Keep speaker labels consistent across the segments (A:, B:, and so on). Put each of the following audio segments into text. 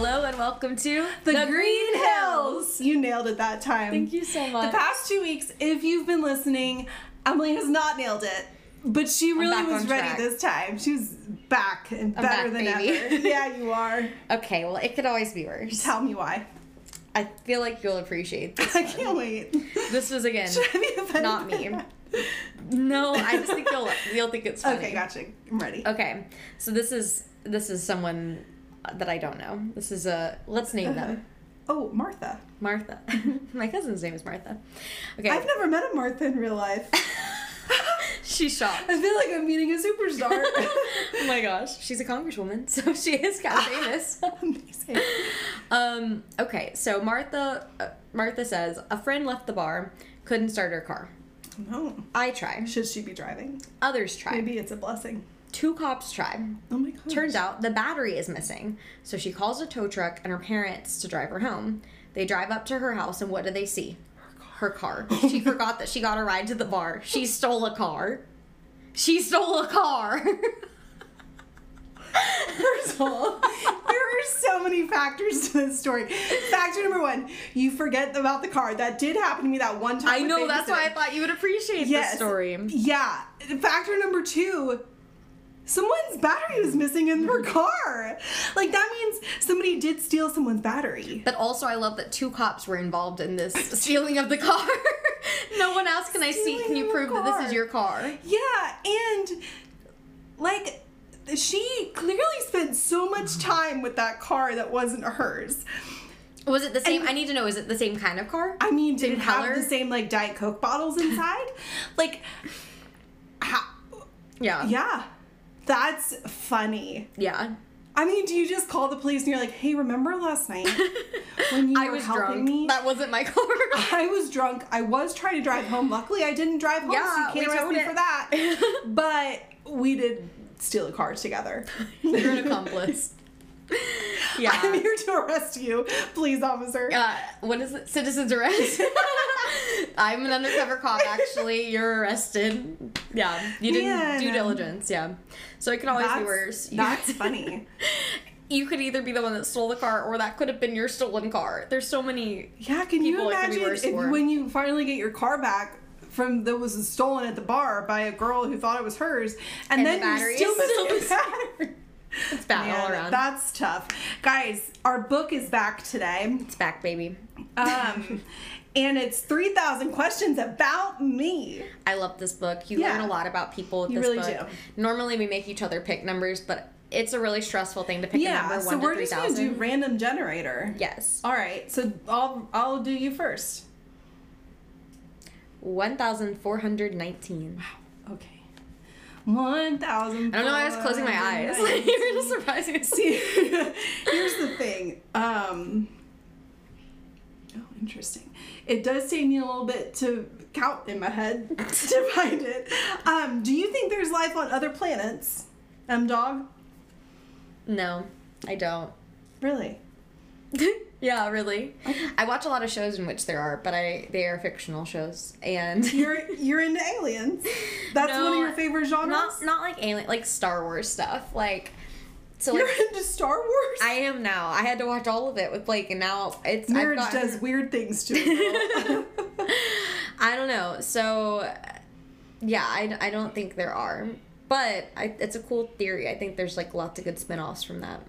A: Welcome to
B: The, Green Hills. You nailed it that time.
A: Thank you so much.
B: The past two weeks, if you've been listening, Emily has not nailed it. But she really
A: back
B: was
A: on
B: ready
A: track.
B: this time. She was back and
A: I'm
B: better
A: back,
B: than
A: baby.
B: ever. yeah, you are.
A: okay, well, it could always be worse.
B: Tell me why.
A: I feel like you'll appreciate this.
B: I can't wait.
A: This was again.
B: Should I be offended
A: Not
B: by
A: me.
B: that?
A: No, I just think you'll you'll think it's funny.
B: Okay, gotcha. I'm ready.
A: Okay, so this is this is someone that I don't know. This is a let's name them
B: Oh, Martha.
A: Martha. My cousin's name is Martha. Okay,
B: I've never met a Martha in real life.
A: she's shocked.
B: I feel like I'm meeting a superstar.
A: oh my gosh, she's a congresswoman, so she is kind of famous.
B: Amazing.
A: Um, okay, so Martha uh, Martha says a friend left the bar, couldn't start her car.
B: No.
A: I try.
B: Should she be driving?
A: Others try.
B: Maybe it's a blessing.
A: Two cops try.
B: Oh my god.
A: Turns out the battery is missing, so she calls a tow truck and her parents to drive her home. They drive up to her house, and what do they see? Her car. She forgot that she got a ride to the bar. She stole a car. She stole a car.
B: First of all, there are so many factors to this story. Factor number one, you forget about the car. That did happen to me that one time.
A: I
B: with
A: know, that's why I
B: babysitting.
A: thought you would appreciate
B: Yes.
A: this story.
B: Yeah. Factor number two, someone's battery was missing in their car. Like that means somebody did steal someone's battery.
A: But also, I love that two cops were involved in this stealing of the car. no one else can I see.
B: Stealing
A: Can you
B: of a
A: prove that this
B: car.
A: is your car?
B: Yeah, and like she clearly spent so much time with that car that wasn't hers.
A: Was it the same? I need to know. Is it the same kind of car?
B: I mean, did
A: Same
B: it have
A: color?
B: the same like Diet Coke bottles inside? like, how,
A: Yeah.
B: yeah, that's funny.
A: Yeah.
B: I mean, do you just call the police and you're like, "Hey, remember last night when you
A: I
B: were
A: was
B: helping
A: drunk.
B: me?
A: That wasn't my car.
B: I was drunk. I was trying to drive home. Luckily, I didn't drive home,
A: Yeah,
B: so you
A: we
B: can't arrest
A: towed
B: me
A: it.
B: for that. but we did steal a car together.
A: You're an accomplice. Yeah.
B: I'm here to arrest you, please, officer.
A: uh, what is it? Citizen's arrest. I'm an undercover cop. Actually, you're arrested. Yeah, you didn't
B: Man.
A: due diligence. Yeah, so it could always
B: that's,
A: be worse. You-
B: that's funny.
A: you could either be the one that stole the car, or that could have been your stolen car. There's so many.
B: Yeah, can you
A: people it could be
B: imagine
A: worse
B: if,
A: for.
B: when you finally get your car back from that was stolen at the bar by a girl who thought it was hers, and,
A: And the
B: then
A: battery
B: you still
A: is
B: miss the
A: still-
B: battery?
A: It's bad all
B: Man,
A: around.
B: That's tough, guys. Our book is back today,
A: it's back, baby.
B: um, and it's three thousand questions about me.
A: I love this book. You
B: Yeah.
A: learn a lot about people with
B: You
A: this
B: really
A: book.
B: do.
A: Normally, we make each other pick numbers, but it's a really stressful thing to pick a
B: Yeah,
A: number
B: so
A: one
B: we're
A: to three
B: just gonna
A: thousand.
B: do random generator.
A: yes,
B: All right, so I'll I'll do you first.
A: one thousand four hundred nineteen.
B: Okay. One thousand.
A: I don't know. why I was closing my eyes. You're just surprising. to See,
B: See, here's the thing. Um, oh, interesting. It does take me a little bit to count in my head to find it. Um, do you think there's life on other planets? M dog.
A: no, I don't.
B: Really?
A: yeah, really. I watch a lot of shows in which there are, but I they are fictional shows, and
B: You're you're into aliens. That's one of
A: No,
B: your favorite genres.
A: not not like alien, like Star Wars stuff, like. So like,
B: you're into Star Wars.
A: I am now. I had to watch all of it with Blake, and now it's I've
B: Marriage
A: gotten-
B: does weird things to a girl.
A: I don't know. So, uh, yeah, I, I don't think there are. But I, it's a cool theory. I think there's like lots of good spin offs from that.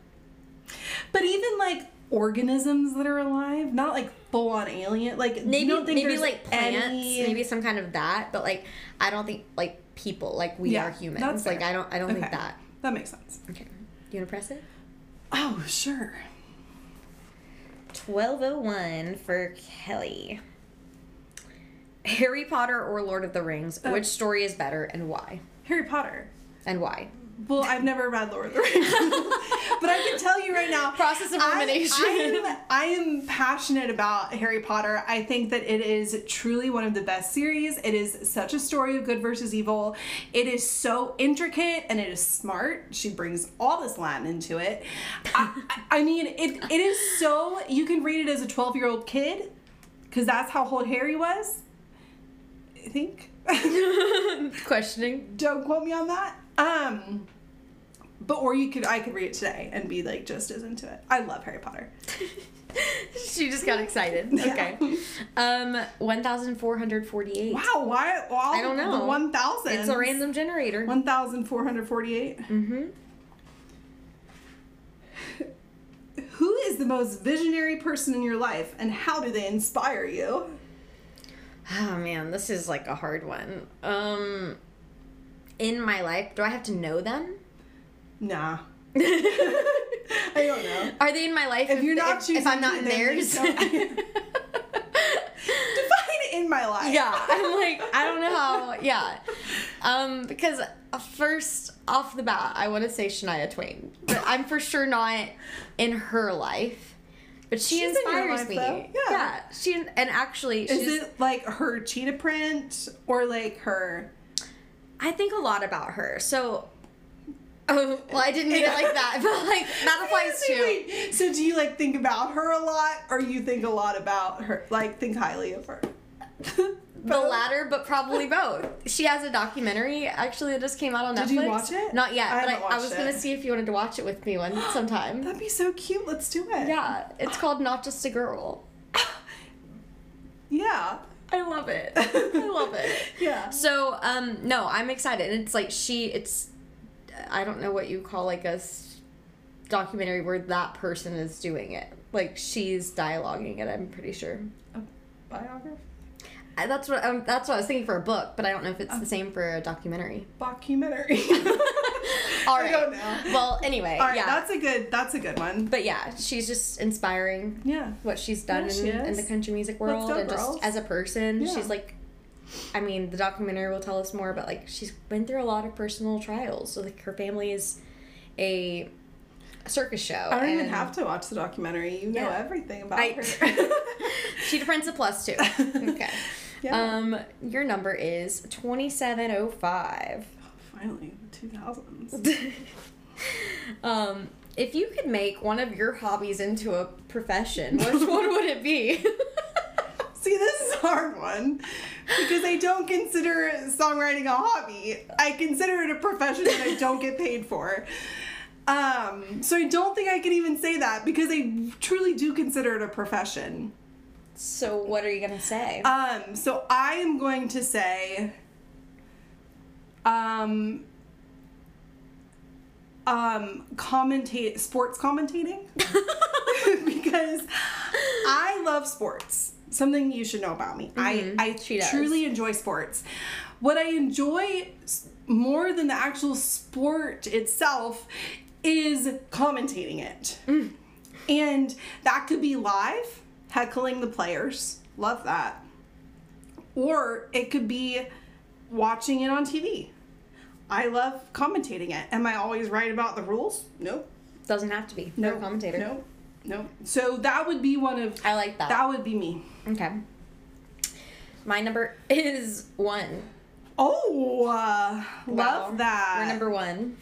B: But even like organisms that are alive, not like full on alien. Like
A: Maybe
B: you don't think
A: maybe
B: there's
A: like plants,
B: any-
A: maybe some kind of that. But like, I don't think like people, like we
B: Yeah,
A: are humans.
B: that's
A: like
B: fair.
A: I don't I don't think
B: Okay.
A: that.
B: That makes sense.
A: Okay, you wanna press it?
B: Oh sure.
A: Twelve oh one for Kelly. Harry Potter or Lord of the Rings? Which story is better and why?
B: Harry Potter.
A: And why?
B: Well, I've never read Lord of the Rings, but I can tell you right now.
A: Process of elimination.
B: I, I, am, I am passionate about Harry Potter. I think that it is truly one of the best series. It is such a story of good versus evil. It is so intricate and it is smart. She brings all this Latin into it. I, I I mean, it, it is so. You can read it as a 12 year old kid because that's how old Harry was, I think.
A: Questioning.
B: don't quote me on that. Um, But or you could I could read it today and be like just as into it. I love Harry Potter.
A: she just got excited.
B: Yeah.
A: Okay. Um, 1,448.
B: Wow, why all
A: I don't know.
B: the one thousand.
A: It's a random generator.
B: one thousand four hundred forty eight.
A: Mm-hmm.
B: Who is the most visionary person in your life and how do they inspire you?
A: Oh man, this is like a hard one. Um, in my life, do I have to know them?
B: Nah.
A: Are
B: I don't know.
A: they in my life?
B: If you're not
A: if,
B: choosing
A: if I'm not
B: to,
A: in
B: then you
A: theirs.
B: Define in my life.
A: yeah, I'm like I don't know how. Yeah, um, because uh, first off the bat, I want to say Shania Twain, but I'm for sure not in her life. But she
B: She's in your
A: inspires
B: life,
A: me.
B: though. Yeah.
A: she and actually, she's,
B: Is it like her cheetah print or like her?
A: I think a lot about her. So, oh, well, I didn't mean it like that, but like that applies to.
B: Wait, So do you like think about her a lot or you think a lot about her? Like think highly of her?
A: The latter, but probably both. She has a documentary actually that just came out on Netflix.
B: Did you watch it?
A: Not yet,
B: I
A: but I,
B: haven't
A: I was
B: watched
A: gonna
B: it.
A: see if you wanted to watch it with me one sometime.
B: That'd be so cute. Let's do it.
A: yeah, it's called Not Just a Girl.
B: Yeah.
A: I love it. I love it.
B: Yeah.
A: So, um, no, I'm excited. And it's like she, it's, I don't know what you call like a s- documentary where that person is doing it. Like she's dialoguing it. I'm pretty sure.
B: Biography?
A: I, that's what um, that's what I was thinking for a book, but I don't know if it's the same for a documentary.
B: Documentary.
A: All
B: I
A: right.
B: don't know.
A: Well, anyway,
B: All right,
A: yeah.
B: that's a good that's a good one.
A: but yeah, she's just inspiring
B: Yeah.
A: what she's done
B: Yeah, she
A: in, in
B: is.
A: the country music
B: Let's
A: world
B: go,
A: and
B: girls.
A: just as a person.
B: Yeah.
A: She's like I mean, the documentary will tell us more, but like she's been through a lot of personal trials. So like her family is a circus show.
B: I don't even
A: and
B: have to watch the documentary. You know
A: Yeah.
B: everything about
A: I-
B: her.
A: She defends a plus two. Okay.
B: Yeah.
A: Um, your number is twenty seven oh five.
B: Finally, the 2000s.
A: um, if you could make one of your hobbies into a profession, which one would it be?
B: See, this is a hard one because I don't consider songwriting a hobby. I consider it a profession that I don't get paid for. Um, so I don't think I can even say that because I truly do consider it a profession.
A: so what are you gonna say?
B: Um, so I am going to say, um, um, commentate sports commentating Uh, because I love sports. Something you should know about me. I I
A: Mm-hmm. she does.
B: truly enjoy sports. What I enjoy s- more than the actual sport itself is commentating it.
A: Mm.
B: And that could be live, heckling the players. Love that. Or it could be watching it on TV. I love commentating it. Am I always right about the rules? Nope.
A: Doesn't have to be.
B: No
A: No commentator.
B: Nope. Nope. So that would be one of
A: I like that.
B: that would be me.
A: okay. My number is one.
B: Oh, uh,
A: Wow.
B: love that.
A: We're number one.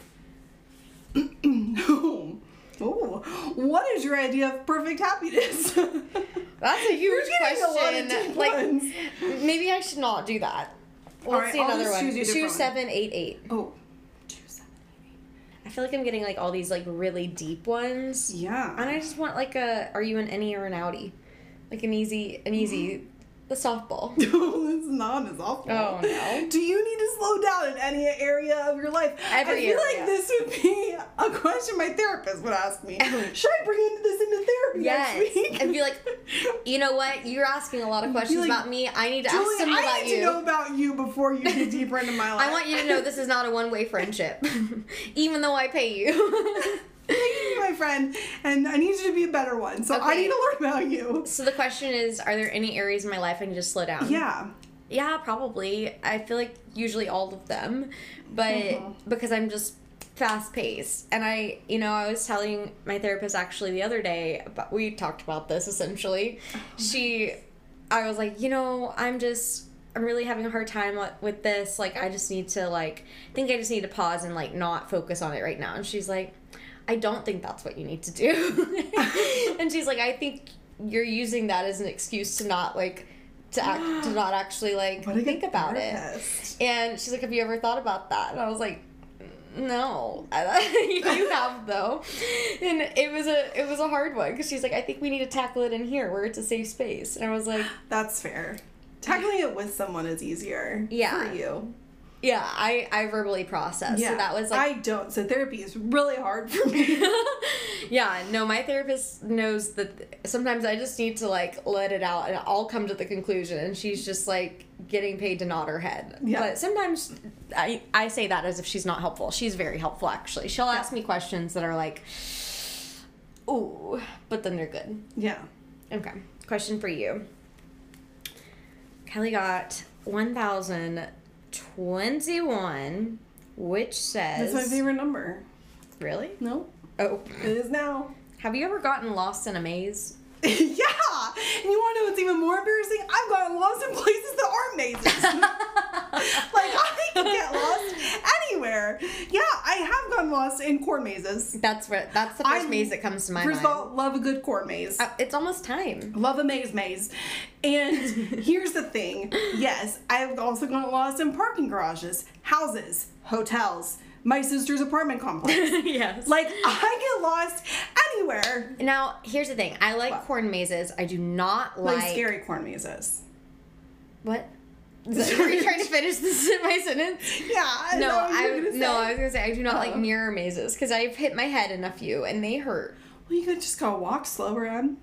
B: oh, what is your idea of perfect happiness?
A: That's a huge
B: getting a lot of
A: question.
B: deep
A: like
B: ones.
A: maybe I should not do that. Let's
B: right,
A: see
B: I'll
A: another
B: just
A: one.
B: choose you a
A: Two
B: different one.
A: seven eight eight.
B: oh, two seven.
A: I feel like I'm getting like all these like really deep ones.
B: Yeah.
A: And I just want like a are you an any or an outie? Like an easy an easy the softball.
B: No, it's not as awful.
A: Oh, no.
B: Do you need to slow down in any area of your life? I
A: Every
B: feel
A: area.
B: like this would be a question my therapist would ask me. Should I bring into this into therapy
A: Yes.
B: next week?
A: And be like, you know what? You're asking a lot of questions
B: like,
A: about me. I need to ask
B: Julie,
A: some
B: I
A: about
B: need
A: you.
B: to know about you before you get deeper into my life.
A: I want you to know this is not a one way friendship. Even though I pay you.
B: You're my friend, and I need you to be a better one. So I
A: Okay.
B: need to learn about you.
A: so the question is, are there any areas in my life I can just slow down?
B: Yeah.
A: Yeah, probably. I feel like usually all of them, but because I'm just fast paced. And I, you know, I was telling my therapist actually the other day, but we talked about this essentially. She, I was like, you know, I'm just, I'm really having a hard time wi- with this. Like, I just need to, like, I think I just need to pause and, like, not focus on it right now. And she's like, I don't think that's what you need to do. and she's like, I think you're using that as an excuse to not, like, to act, to not actually like
B: What a good
A: think about it.
B: therapist.
A: And she's like, "Have you ever thought about that?" And I was like, No, you have though, and it was a it was a hard one because she's like, I think we need to tackle it in here where it's a safe space, and I was like,
B: That's fair. Tackling it with someone is easier.
A: Yeah.
B: For you.
A: yeah, I I verbally processed, so that was like,
B: I don't. So therapy is really hard for me.
A: yeah, no, my therapist knows that sometimes I just need to like let it out, and I'll come to the conclusion, and she's just like getting paid to nod her head.
B: Yeah.
A: But sometimes I I say that as if she's not helpful. She's very helpful actually. She'll ask me questions that are like, ooh, but then they're good.
B: yeah.
A: Okay. Question for you. Kelly got 1021, which says.
B: That's my favorite number.
A: Really?
B: No,
A: Oh.
B: it is now.
A: Have you ever gotten lost in a maze?
B: yeah. And you want to know what's even more embarrassing? I've gotten lost in places that aren't mazes. like I can get lost anywhere. Yeah, I have gotten lost in corn mazes.
A: That's where. That's the 1st
B: I-
A: maze that comes to my
B: First of
A: mind.
B: all, love a good corn maze.
A: Uh, it's almost time.
B: Love a maze maze. And here's the thing yes, I have also gotten lost in parking garages, houses, hotels, my sister's apartment complex.
A: yes.
B: like, I get lost anywhere.
A: now, here's the thing. I like corn mazes. I do not like.
B: Like, scary corn mazes.
A: What? Are you trying to finish this my sentence?
B: Yeah.
A: No,
B: I know what
A: I
B: you were gonna
A: no,
B: say.
A: I was gonna say I do not like
B: Oh.
A: mirror mazes because I've hit my head in a few and they hurt.
B: Well, you could just go walk slower, Em.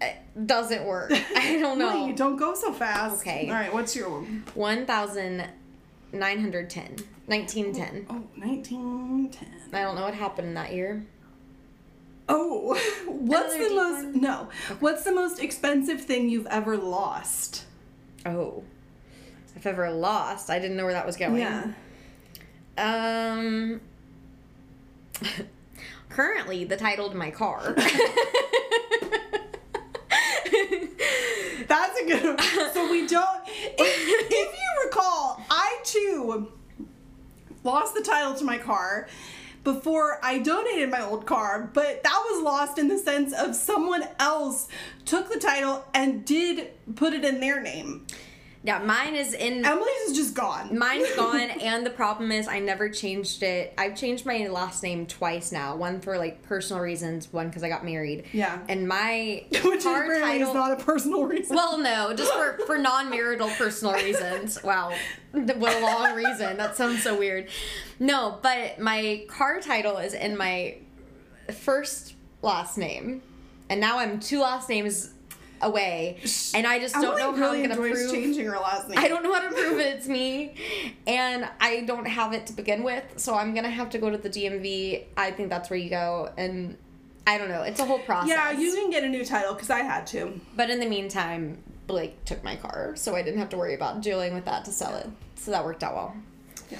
A: It doesn't work. I don't
B: No, you
A: know.
B: don't go so fast.
A: Okay.
B: All right, what's your one?
A: One thousand nine hundred ten. Nineteen ten.
B: Oh, 1910.
A: I don't know what happened in that year.
B: Oh, what's
A: Another
B: the
A: deep
B: most,
A: one?
B: no, what's the most expensive thing you've ever lost?
A: Oh, I've ever lost. I didn't know where that was going.
B: Yeah.
A: Um. Currently, the title to my car.
B: That's a good one. So we don't. If, if you recall, I too lost the title to my car before I donated my old car, but that was lost in the sense of someone else took the title and did put it in their name.
A: yeah, mine is in.
B: Emily's is just gone.
A: Mine's gone, and the problem is I never changed it. I've changed my last name twice now. One for like personal reasons, one because I got married.
B: Yeah.
A: And my
B: Which
A: car
B: apparently
A: title.
B: is not a personal reason.
A: well, no, just for, for non marital personal reasons. Wow. What a long reason. That sounds so weird. No, but my car title is in my first last name. And now I'm two last names away. And I just don't
B: Emily
A: know how
B: really
A: I'm going to
B: enjoys
A: prove.
B: changing her last name.
A: I don't know how to prove it's me, and I don't have it to begin with, so I'm gonna have to go to the DMV. I think that's where you go, and I don't know. It's a whole process.
B: Yeah, you can get a new title because I had to.
A: But in the meantime, Blake took my car, so I didn't have to worry about dealing with that to sell it. So that worked out well.
B: Yeah.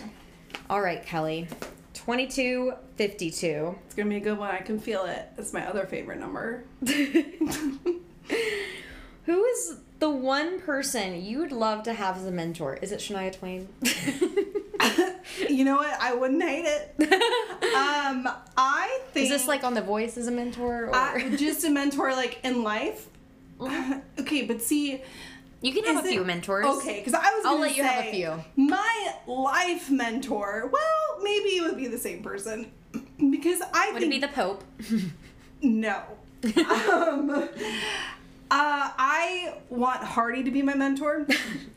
A: All right, Kelly, twenty-two fifty-two.
B: It's gonna be a good one. I can feel it. It's my other favorite number.
A: Who is the one person you would love to have as a mentor? Is it Shania Twain?
B: You know what? I wouldn't hate it. Um, I think
A: is this like on The Voice as a mentor? Or?
B: I, just a mentor, like in life. okay, but see,
A: you can Mm-hmm. have
B: is
A: a
B: it-
A: few mentors.
B: Okay, because I was.
A: I'll
B: gonna
A: let you have a
B: say,
A: few.
B: My life mentor. Well, maybe it would be the same person because I
A: Would it
B: think
A: be the Pope?
B: no. um, uh, I want Hardy to be my mentor.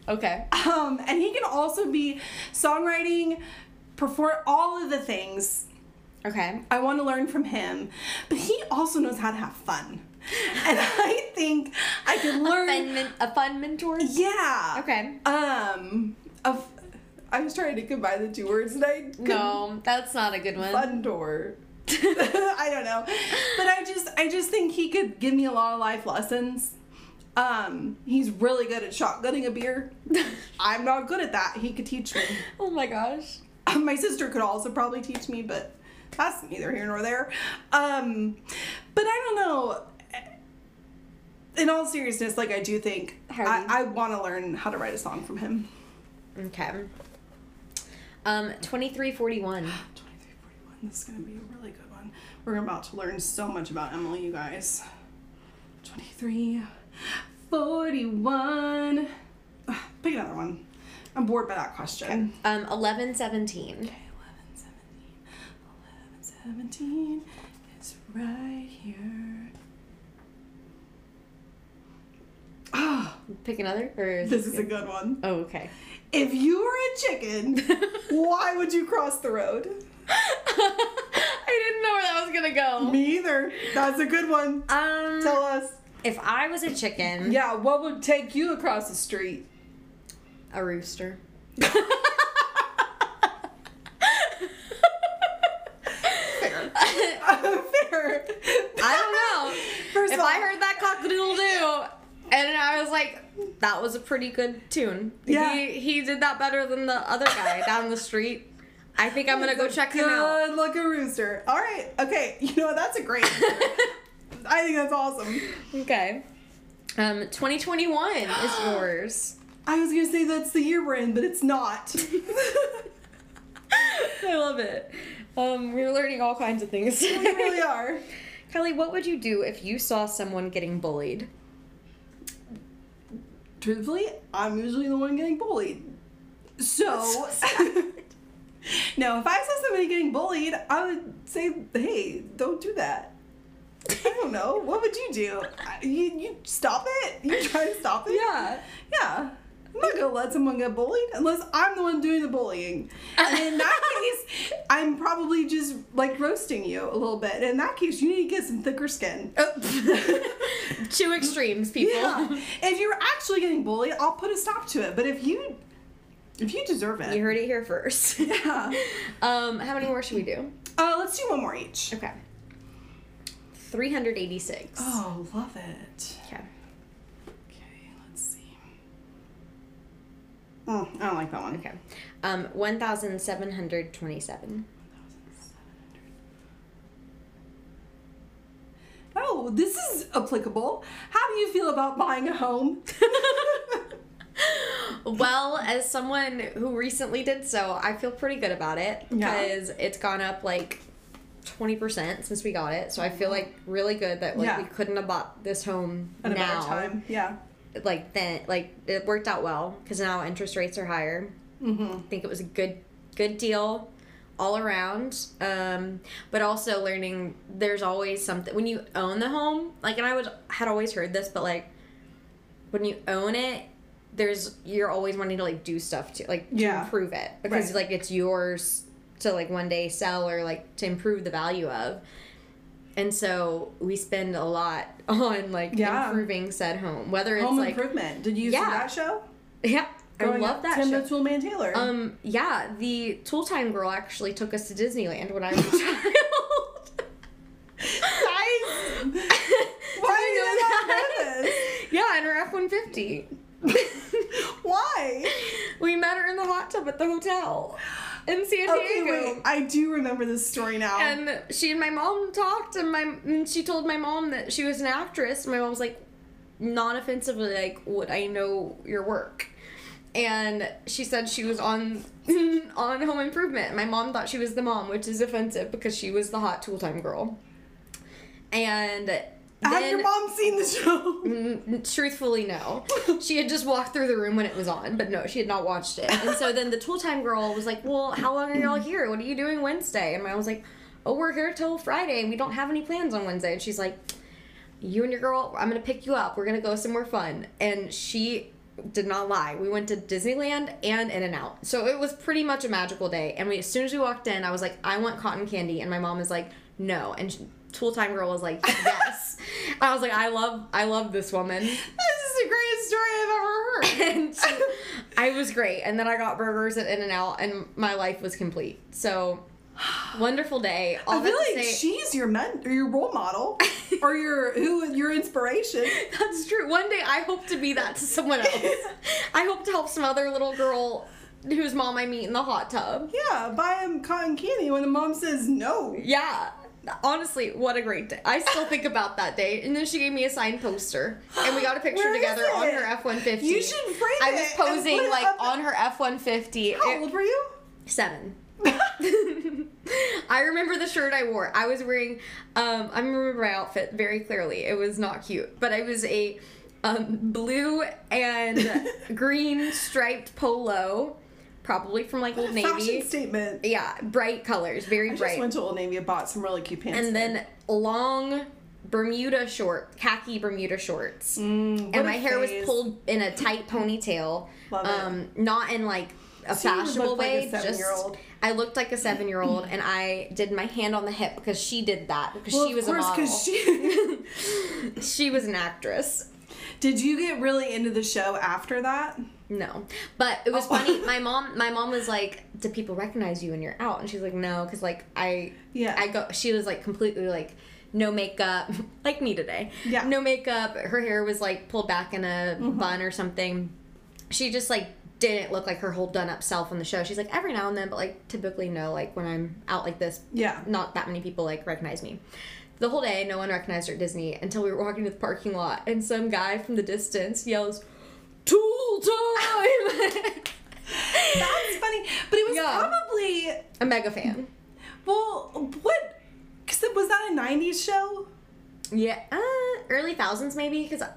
A: Okay.
B: Um, and he can also be songwriting, perform all of the things.
A: Okay.
B: I want to learn from him, but he also knows how to have fun, and I think I could learn.
A: Fun men- a fun mentor?
B: Yeah.
A: Okay.
B: Um. Of, I was trying to combine the two words, and I couldn't.
A: No, that's not a good one.
B: Fun door. I don't know, but I just I just think he could give me a lot of life lessons. Um, he's really good at shotgunning a beer. I'm not good at that. He could teach me.
A: oh my gosh.
B: Um, my sister could also probably teach me, but that's neither here nor there. Um, but I don't know. In all seriousness, like I do think
A: Hardy.
B: I, I want to learn how to write a song from him.
A: Okay. Um, 2341.
B: 2341. This is going to be a really good one. We're about to learn so much about Emily, you guys. 2341. Ugh, Pick another one. I'm bored by that question.
A: Um, 1117.
B: 1117. 17 is right here. Ah,
A: Pick another? Or is
B: this is a good one.
A: Oh, okay.
B: If you were a chicken, why would you cross the road?
A: I didn't know where that was gonna go.
B: Me either. That's a good one.
A: Um,
B: Tell us.
A: if I was a chicken,
B: Yeah, what would take you across the street?
A: a rooster.
B: Fair.
A: I don't know.
B: First
A: if
B: of all-
A: I heard that cockadoodle doo, and I was like, that was a pretty good tune.
B: Yeah.
A: He, he did that better than the other guy down the street. I think I'm gonna go check him out.
B: Good luck, a rooster. All right. Okay. You know what? That's a great. answer. I think that's awesome.
A: okay. Um, 2021 is yours.
B: I was gonna say that's the year we're in, but it's not.
A: I love it. Um, we're learning all kinds of things.
B: we really are.
A: Kelly, what would you do if you saw someone getting bullied?
B: Truthfully, I'm usually the one getting bullied. So.
A: That's so sad.
B: no, if I saw somebody getting bullied, I would say, "Hey, don't do that." I don't know. What would you do? I- You you stop it. You try to stop it. Yeah. I'm not gonna let someone get bullied unless I'm the one doing the bullying. And in that case, I'm probably just like roasting you a little bit. In that case, you need to get some thicker skin.
A: Two extremes, people.
B: Oh. Yeah. if you're actually getting bullied, I'll put a stop to it. But if you if you deserve it.
A: You heard it here first.
B: yeah.
A: Um, how many more should we do?
B: Uh, let's do one more each.
A: Okay. 386.
B: Oh, love it.
A: Okay.
B: Okay, let's see. Mm, I don't like that one.
A: Okay. Um, 1,727.
B: Oh, this is applicable. How do you feel about buying a home?
A: Well, as someone who recently did so, I feel pretty good about it
B: Yeah.
A: because it's gone up like 20% since we got it. So I feel like really good that like
B: Mm-hmm. Yeah.
A: we couldn't have bought this home
B: At a better
A: now.
B: time. Yeah.
A: Like then like it worked out well cuz now interest rates are higher.
B: Mm-hmm.
A: I think it was a good good deal all around um but also learning there's always something when you own the home like and i was had always heard this but like when you own it there's you're always wanting to like do stuff to like to
B: Yeah.
A: improve it because
B: Right.
A: like it's yours to like one day sell or like to improve the value of and so we spend a lot on like
B: Yeah.
A: improving said home whether it's
B: Home
A: like
B: Improvement. Did you see
A: Oh Yeah.
B: that show?
A: yeah i
B: Growing
A: love
B: Up,
A: that
B: Tim
A: show.
B: the Tool Man Taylor.
A: Um, yeah, the Tool Time girl actually took us to Disneyland when I was a child.
B: Guys,
A: Why
B: Why did
A: Yeah, in her F one fifty.
B: Why?
A: We met her in the hot tub at the hotel in San Diego.
B: Okay, wait. I do remember this story now.
A: And she and my mom talked, and my and she told my mom that she was an actress. My mom was like, non-offensively, like, "Would I know your work?" And she said she was on on Home Improvement. My mom thought she was the mom, which is offensive because she was the hot tool time girl. And
B: Had
A: then,
B: your mom seen the show?
A: Mm, truthfully no she had just walked through the room when it was on but no she had not watched it and so then the tool time girl was like well how long are y'all here what are you doing wednesday and i was like oh we're here till friday and we don't have any plans on wednesday and she's like you and your girl i'm gonna pick you up we're gonna go somewhere fun and she did not lie we went to disneyland and in and out so it was pretty much a magical day and we as soon as we walked in i was like i want cotton candy and my mom is like no and she, tool time girl was like yes i was like i love i love this woman
B: This is the greatest story I've ever heard.
A: and she- i was great and then i got burgers at in and out and my life was complete so wonderful day all
B: I feel
A: that to
B: like
A: say-
B: she's your men or your role model or your who your inspiration.
A: That's true. One day I hope to be that to someone else. I hope to help some other little girl whose mom I meet in the hot tub.
B: Yeah, buy him cotton candy when the mom says no.
A: Yeah. Honestly, what a great day. I still think about that day. And then she gave me a signed poster. And we got a picture
B: Where is
A: together on
B: it?
A: her F 150.
B: You should frame
A: I
B: it
A: was
B: and put
A: posing
B: it
A: like
B: up-
A: on her F 150.
B: How old were you?
A: Seven. I remember the shirt I wore. I was wearing, um, I remember my outfit very clearly. It was not cute, but I was a um, blue and green striped polo, probably from like Old
B: Fashion
A: Navy.
B: statement.
A: Yeah, bright colors, very
B: I
A: bright.
B: just went to Old Navy and bought some really cute pants.
A: and then long Bermuda short, khaki Bermuda shorts.
B: Mm, what
A: and my
B: a
A: hair was
B: phase.
A: pulled in a tight ponytail.
B: Love it.
A: um, not in like a
B: So you look
A: fashionable
B: like a
A: way. just
B: seven-year-old.
A: I looked like a seven year old, and I did my hand on the hip because she did that because
B: Well,
A: she
B: of
A: was a
B: course,
A: model.
B: 'cause she.
A: she was an actress.
B: Did you get really into the show after that?
A: No, but it was
B: Oh.
A: funny. My mom, my mom was like, "Do people recognize you when you're out?" And she's like, "No, because like I,
B: Yeah.
A: I go." She was like completely like no makeup, like me today.
B: Yeah. Mm-hmm.
A: no makeup. Her hair was like pulled back in a bun or something. She just like didn't look like her whole done up self on the show. She's like every now and then, but like typically no. Like when I'm out like this,
B: Yeah.
A: not that many people like recognize me. The whole day, no one recognized her at Disney until we were walking to the parking lot, and some guy from the distance yells, "Tool time!"
B: That's funny, but it was
A: Yeah.
B: probably
A: a mega fan.
B: well, what? Cause it, was that a '90s show?
A: Yeah, uh, early thousands maybe, because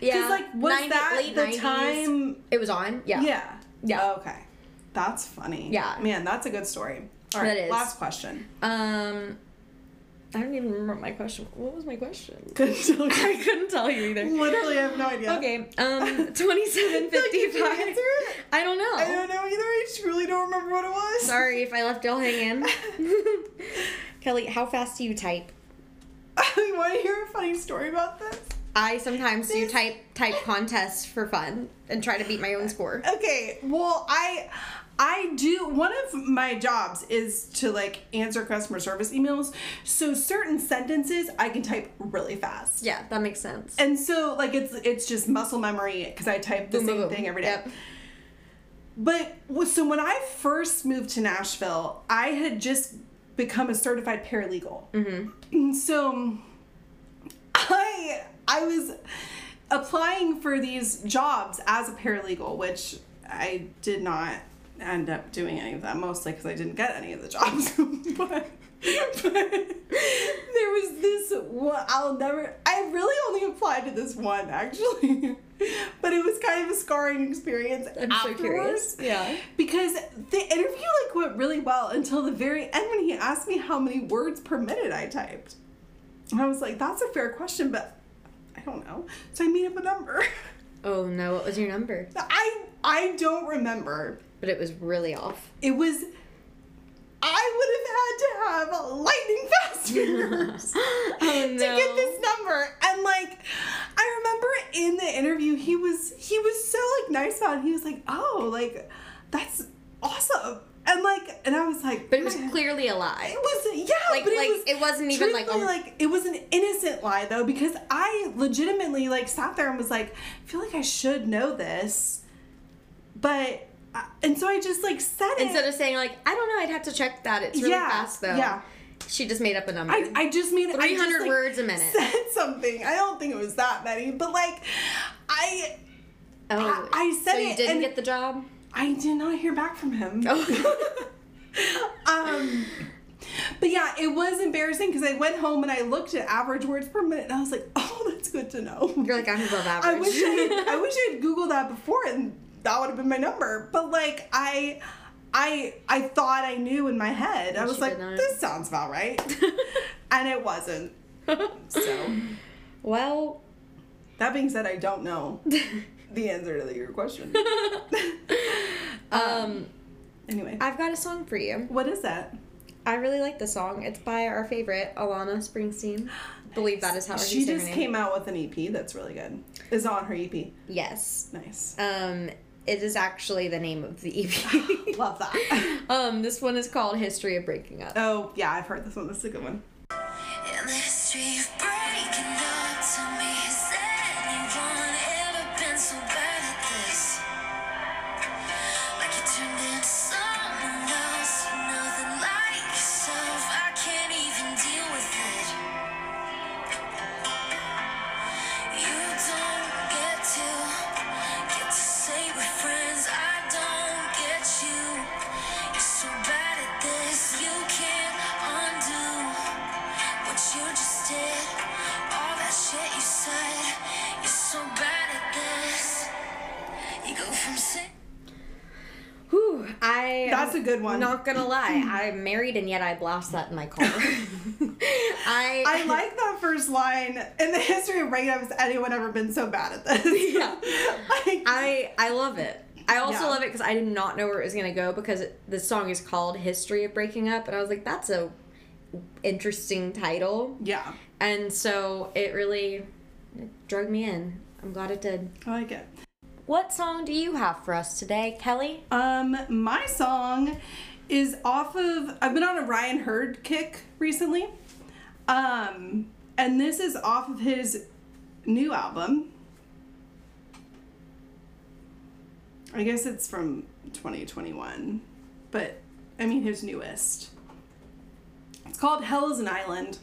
A: yeah,
B: Cause like was
A: 90
B: that the
A: 90s,
B: time?
A: it was on? Yeah,
B: Yeah. Oh,
A: Yeah.
B: Okay, that's funny.
A: Yeah.
B: Man, that's a good story. All right.
A: That is.
B: Last question.
A: Um, I don't even remember my question. What was my question?
B: Couldn't tell
A: I
B: you.
A: couldn't tell you either.
B: Literally, I have no idea.
A: Okay, um, twenty-seven
B: Like, did you answer
A: fifty-five.
B: it?
A: I don't know.
B: I don't know either. I truly don't remember what it was.
A: Sorry if I left y'all hanging. Kelly, how fast do you type?
B: you want to hear a funny story about this?
A: I sometimes do
B: This-
A: type type contests for fun and try to beat my own score.
B: Oh. Okay, well, I I do one of my jobs is to like answer customer service emails. So certain sentences I can type really fast.
A: Yeah, that makes sense.
B: And so like it's it's just muscle memory cuz I type the
A: Boom,
B: same
A: boom, boom.
B: thing every day.
A: Yep.
B: But well, so when I first moved to Nashville, I had just become a certified paralegal. And so I I was applying for these jobs as a paralegal, which I did not end up doing any of that, mostly because I didn't get any of the jobs. but, but there was this one I'll never I really only applied to this one actually. but it was kind of a scarring experience.
A: I'm so curious.
B: afterwards
A: Yeah.
B: because the interview like went really well until the very end when he asked me how many words per minute I typed. And I was like, that's a fair question, but I don't know. So I made up a number.
A: Oh no, what was your number?
B: I I don't remember.
A: But it was really off.
B: It was I would have had to have lightning fast fingers
A: oh
B: to get this number. And like, I remember in the interview, he was he was so like nice about it. He was like, "Oh, like that's awesome," and like, and I was like,
A: But it was
B: "Man."
A: clearly a lie.
B: It was yeah,
A: Like
B: but it
A: like
B: was.
A: it wasn't even like a
B: truthfully, like it was an innocent lie though because I legitimately like sat there and was like I feel like I should know this, but I, and so I just like said it
A: instead of saying like, I don't know, I'd have to check that. It's really
B: Yeah,
A: fast though.
B: yeah.
A: She just made up a number.
B: I, I just made I
A: Three
B: just,
A: hundred
B: like,
A: words a minute.
B: Said something. I don't think it was that many, but like, I
A: oh,
B: I- I said
A: so you
B: it
A: didn't
B: and-
A: get the job.
B: I did not hear back from him.
A: Oh.
B: um, but yeah, it was embarrassing because I went home and I looked at average words per minute and I was like, oh, that's good to know.
A: You're like I'm above average.
B: I wish I, had, I wish I had googled that before and that would have been my number. But like I. I, I thought I knew in my head. I
A: But
B: was
A: you
B: like,
A: did not.
B: this sounds about right. and it wasn't. So,
A: well,
B: that being said, I don't know the answer to your question.
A: um,
B: Anyway,
A: I've got a song for you.
B: what is that?
A: I really like the song. It's by our favorite Alana Springsteen. Believe that is how she,
B: She
A: said
B: just
A: her name.
B: came out with an EP that's really good. Is on her EP.
A: Yes.
B: Nice.
A: Um, it is actually the name of the EP.
B: Love that.
A: um, this one is called History of Breaking Up.
B: oh yeah, I've heard this one. This is a good one.
C: In the history of breaking up, tell me has anyone ever been so bad at this? Like you turned into someone else, you know that like yourself, I can't even deal with it. You don't get to get to say we're friends. I don't get you. You're so bad at this, you can't undo.
A: I
B: That's a good one.
A: Not gonna lie, I'm married and yet I blast that in my car. I
B: I like that first line. In the history of breakups, anyone ever been so bad at this?
A: Yeah.
B: like,
A: I I love it. I also
B: Yeah.
A: love it because I did not know where it was gonna go because it, the song is called "History of Breaking Up" and I was like, that's a interesting title,
B: yeah,
A: and so it really drug me in. I'm glad it did.
B: I like it.
A: What song do you have for us today, Kelly?
B: Um, my song is off of. I've been on a Ryan Hurd kick recently, um, and this is off of his new album. I guess it's from 2021, but I mean his newest. It's called Hell is an Island.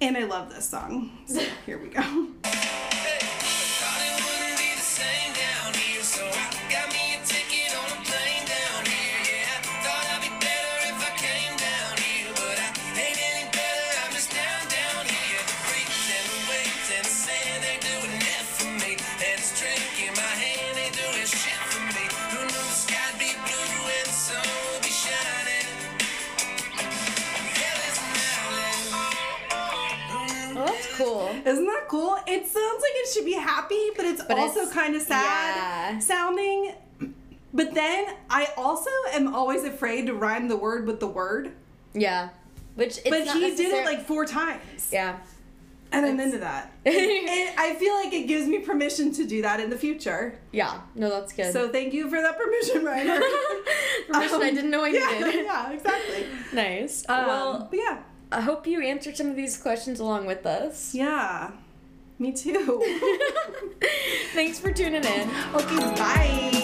B: And I love this song. So here we go.
D: Thought it wouldn't be the same down here, so I got me a ticket on a plane down here. Yeah, thought I'd be better if I came down here, but I ain't any better. I'm just down, down here. Freaks and weights and saying they doing that for me. And this drink in my hand ain't doing shit for me. Who knew the sky'd be blue and the sun would be shining? Hell is an island.
A: Oh, that's cool.
B: Isn't that cool? It sounds like it should be happy, but it's
A: But
B: also
A: it's-
B: kind of sad
A: yeah.
B: sounding. But then I also am always afraid to rhyme the word with the word.
A: Yeah, which it's
B: But
A: not
B: he did
A: necessar-
B: it like four times.
A: yeah.
B: And I'm into that. it, I feel like it gives me permission to do that in the future.
A: Yeah, no, that's good.
B: So thank you for that permission, Ryder.
A: Permission I
B: Um,
A: didn't know I
B: yeah,
A: needed.
B: yeah, exactly.
A: Nice.
B: Um,
A: well,
B: but yeah.
A: I hope you answered some of these questions along with us.
B: Yeah. Me too.
A: Thanks for tuning in.
B: okay, bye.